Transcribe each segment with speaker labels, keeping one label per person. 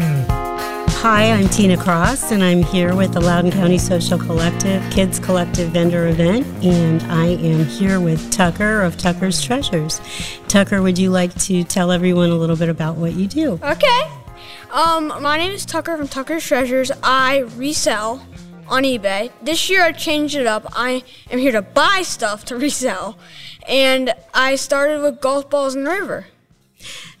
Speaker 1: Hi, I'm Tina Cross, and I'm here with the Loudon County Social Collective Kids Collective Vendor Event, and I am here with Tucker of Tucker's Treasures. Tucker, would you like to tell everyone a little bit about what you do?
Speaker 2: Okay. Um, my name is Tucker from Tucker's Treasures. I resell on eBay. This year I changed it up. I am here to buy stuff to resell. And I started with golf balls and river.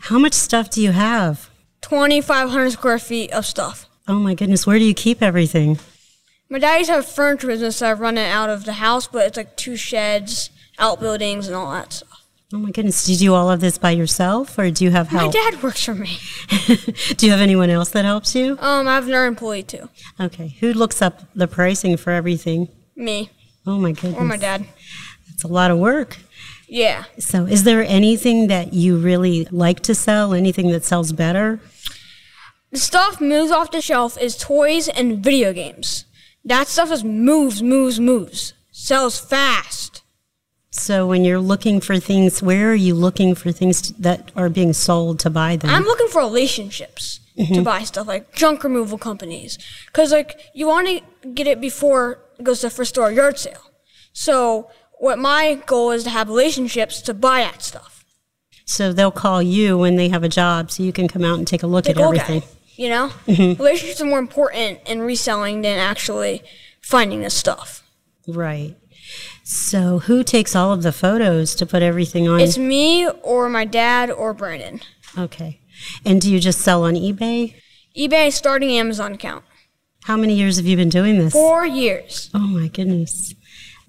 Speaker 1: How much stuff do you have?
Speaker 2: 2,500 square feet of stuff.
Speaker 1: Oh my goodness, where do you keep everything?
Speaker 2: My dad used to have a furniture business, so I run it out of the house, but it's like two sheds, outbuildings, and all that stuff.
Speaker 1: Oh my goodness, do you do all of this by yourself, or do you have
Speaker 2: My
Speaker 1: help?
Speaker 2: dad works for me.
Speaker 1: do you have anyone else that helps you?
Speaker 2: Um, I have another employee too.
Speaker 1: Okay, who looks up the pricing for everything?
Speaker 2: Me
Speaker 1: Oh my goodness,
Speaker 2: or my dad.
Speaker 1: It's a lot of work.
Speaker 2: Yeah.
Speaker 1: So, is there anything that you really like to sell? Anything that sells better?
Speaker 2: The stuff moves off the shelf is toys and video games. That stuff just moves, moves, moves. Sells fast.
Speaker 1: So, when you're looking for things, where are you looking for things that are being sold to buy them?
Speaker 2: I'm looking for relationships to buy stuff like junk removal companies. Cause like you want to get it before it goes to first store yard sale. So what my goal is to have relationships to buy that stuff.
Speaker 1: so, they'll call you when they have a job so you can come out and take a look
Speaker 2: Take
Speaker 1: at
Speaker 2: a look at
Speaker 1: everything.
Speaker 2: it, You know, relationships are more important in reselling than actually finding this stuff.
Speaker 1: Right. So, who takes all of the photos to put everything on?
Speaker 2: It's me or my dad or Brandon.
Speaker 1: okay. And do you just sell on eBay?
Speaker 2: eBay starting Amazon account.
Speaker 1: How many years have you been doing this?
Speaker 2: Four years.
Speaker 1: Oh my goodness.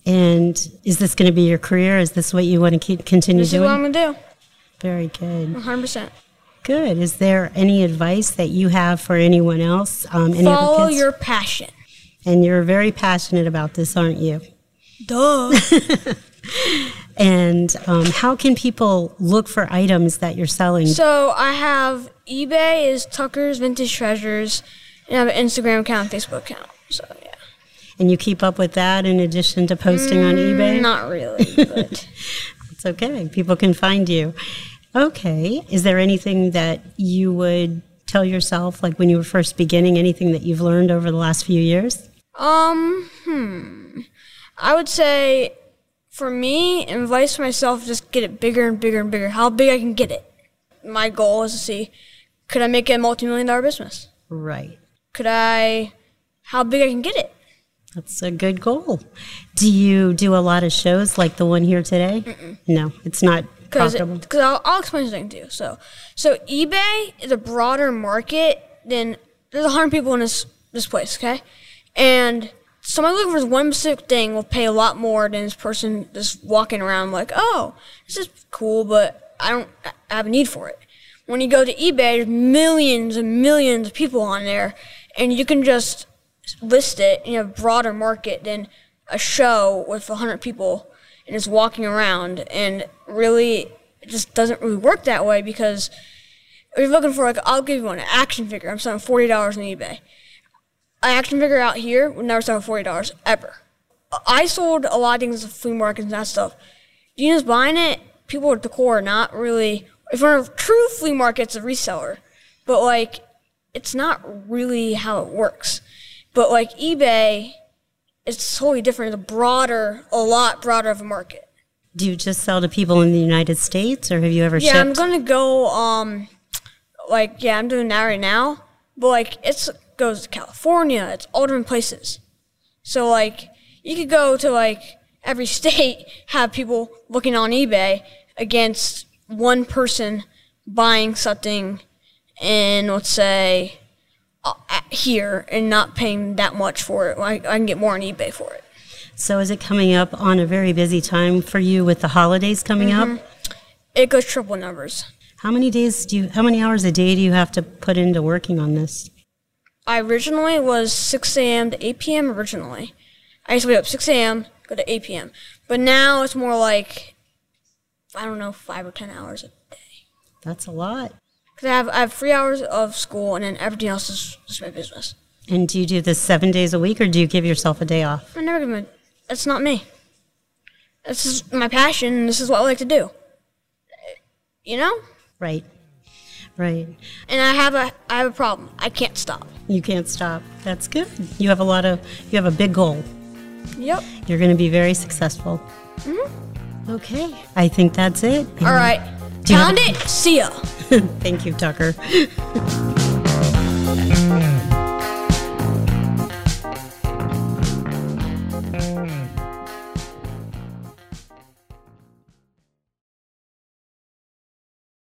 Speaker 1: And is this going to be your career? Is this what you want to keep continue
Speaker 2: This is
Speaker 1: doing?
Speaker 2: what I'm gonna
Speaker 1: Very good.
Speaker 2: do. 100. percent
Speaker 1: Good. Is there any advice that you have for anyone else? Um, any
Speaker 2: Follow
Speaker 1: other kids?
Speaker 2: your passion.
Speaker 1: and you're very passionate about this, aren't you?
Speaker 2: Duh.
Speaker 1: And um, how can people look for items that you're selling?
Speaker 2: so I have eBay is Tucker's Vintage Treasures, and I have an Instagram account, and Facebook account. So yeah.
Speaker 1: and you keep up with that in addition to posting on
Speaker 2: Mm.
Speaker 1: eBay?
Speaker 2: Not really, but
Speaker 1: It's okay. People can find you. Okay. Is there anything that you would tell yourself, like when you were first beginning, anything that you've learned over the last few years?
Speaker 2: um, hmm. I would say, for me, and advice for myself, just get it bigger and bigger and bigger. How big I can get it. My goal is to see, could I make it a multi-million dollar business?
Speaker 1: Right.
Speaker 2: could I, how big I can get it?
Speaker 1: That's a good goal. Do you do a lot of shows like the one here today? No, it's not
Speaker 2: Because
Speaker 1: profitable.
Speaker 2: I'll, I'll explain something to you. So, so eBay is a broader market than there's a hundred people in this this place, okay? And somebody looking for one specific thing will pay a lot more than this person just walking around like, oh, this is cool, but I don't I have a need for it. When you go to eBay, there's millions and millions of people on there, and you can just list it in a broader market than a show with 100 people and just walking around. And really, it just doesn't really work that way because if you're looking for, like, I'll give you one, an action figure. I'm selling $40 on eBay. An action figure out here would never sell for $40 ever. I sold a lot of things at flea markets and that stuff. You just buying it, people at the core are not really. If you're a true flea market's a reseller, but like, it's not really how it works. But like eBay, it's totally different. It's a broader, a lot broader of a market.
Speaker 1: do you just sell to people in the United States or have you ever
Speaker 2: Yeah, I'm
Speaker 1: shipped?
Speaker 2: gonna go. Um, like yeah, I'm doing that right now. But like, it's goes to California. It's all different places. So like, you could go to like every state, have people looking on eBay against one person buying something in let's say uh, at- here and not paying that much for it. Like I can get more on eBay for it.
Speaker 1: so is it coming up on a very busy time for you with the holidays coming
Speaker 2: Mm-hmm.
Speaker 1: up?
Speaker 2: It goes triple numbers.
Speaker 1: How many days do you how many hours a day do you have to put into working on this?
Speaker 2: I originally was 6 a.m. to 8 p.m. originally. I used to wake up 6 a.m., go to 8 p.m. But now it's more like, I don't know, 5 or 10 hours a day.
Speaker 1: That's a lot.
Speaker 2: Because I have, I have three hours of school and then everything else is, is my business.
Speaker 1: And do you do this 7 days a week or do you give yourself a day off?
Speaker 2: I never give a, that's not me. This is my passion and this is what I like to do. You know?
Speaker 1: Right. Right.
Speaker 2: and I have a I have a problem. I can't stop.
Speaker 1: You can't stop. That's good. You have a lot of, you have a big goal.
Speaker 2: Yep.
Speaker 1: You're going to be very successful. Mm-hmm. Okay. I think that's it.
Speaker 2: All right.
Speaker 1: Do you have-
Speaker 2: Found it. See ya.
Speaker 1: Thank you, Tucker.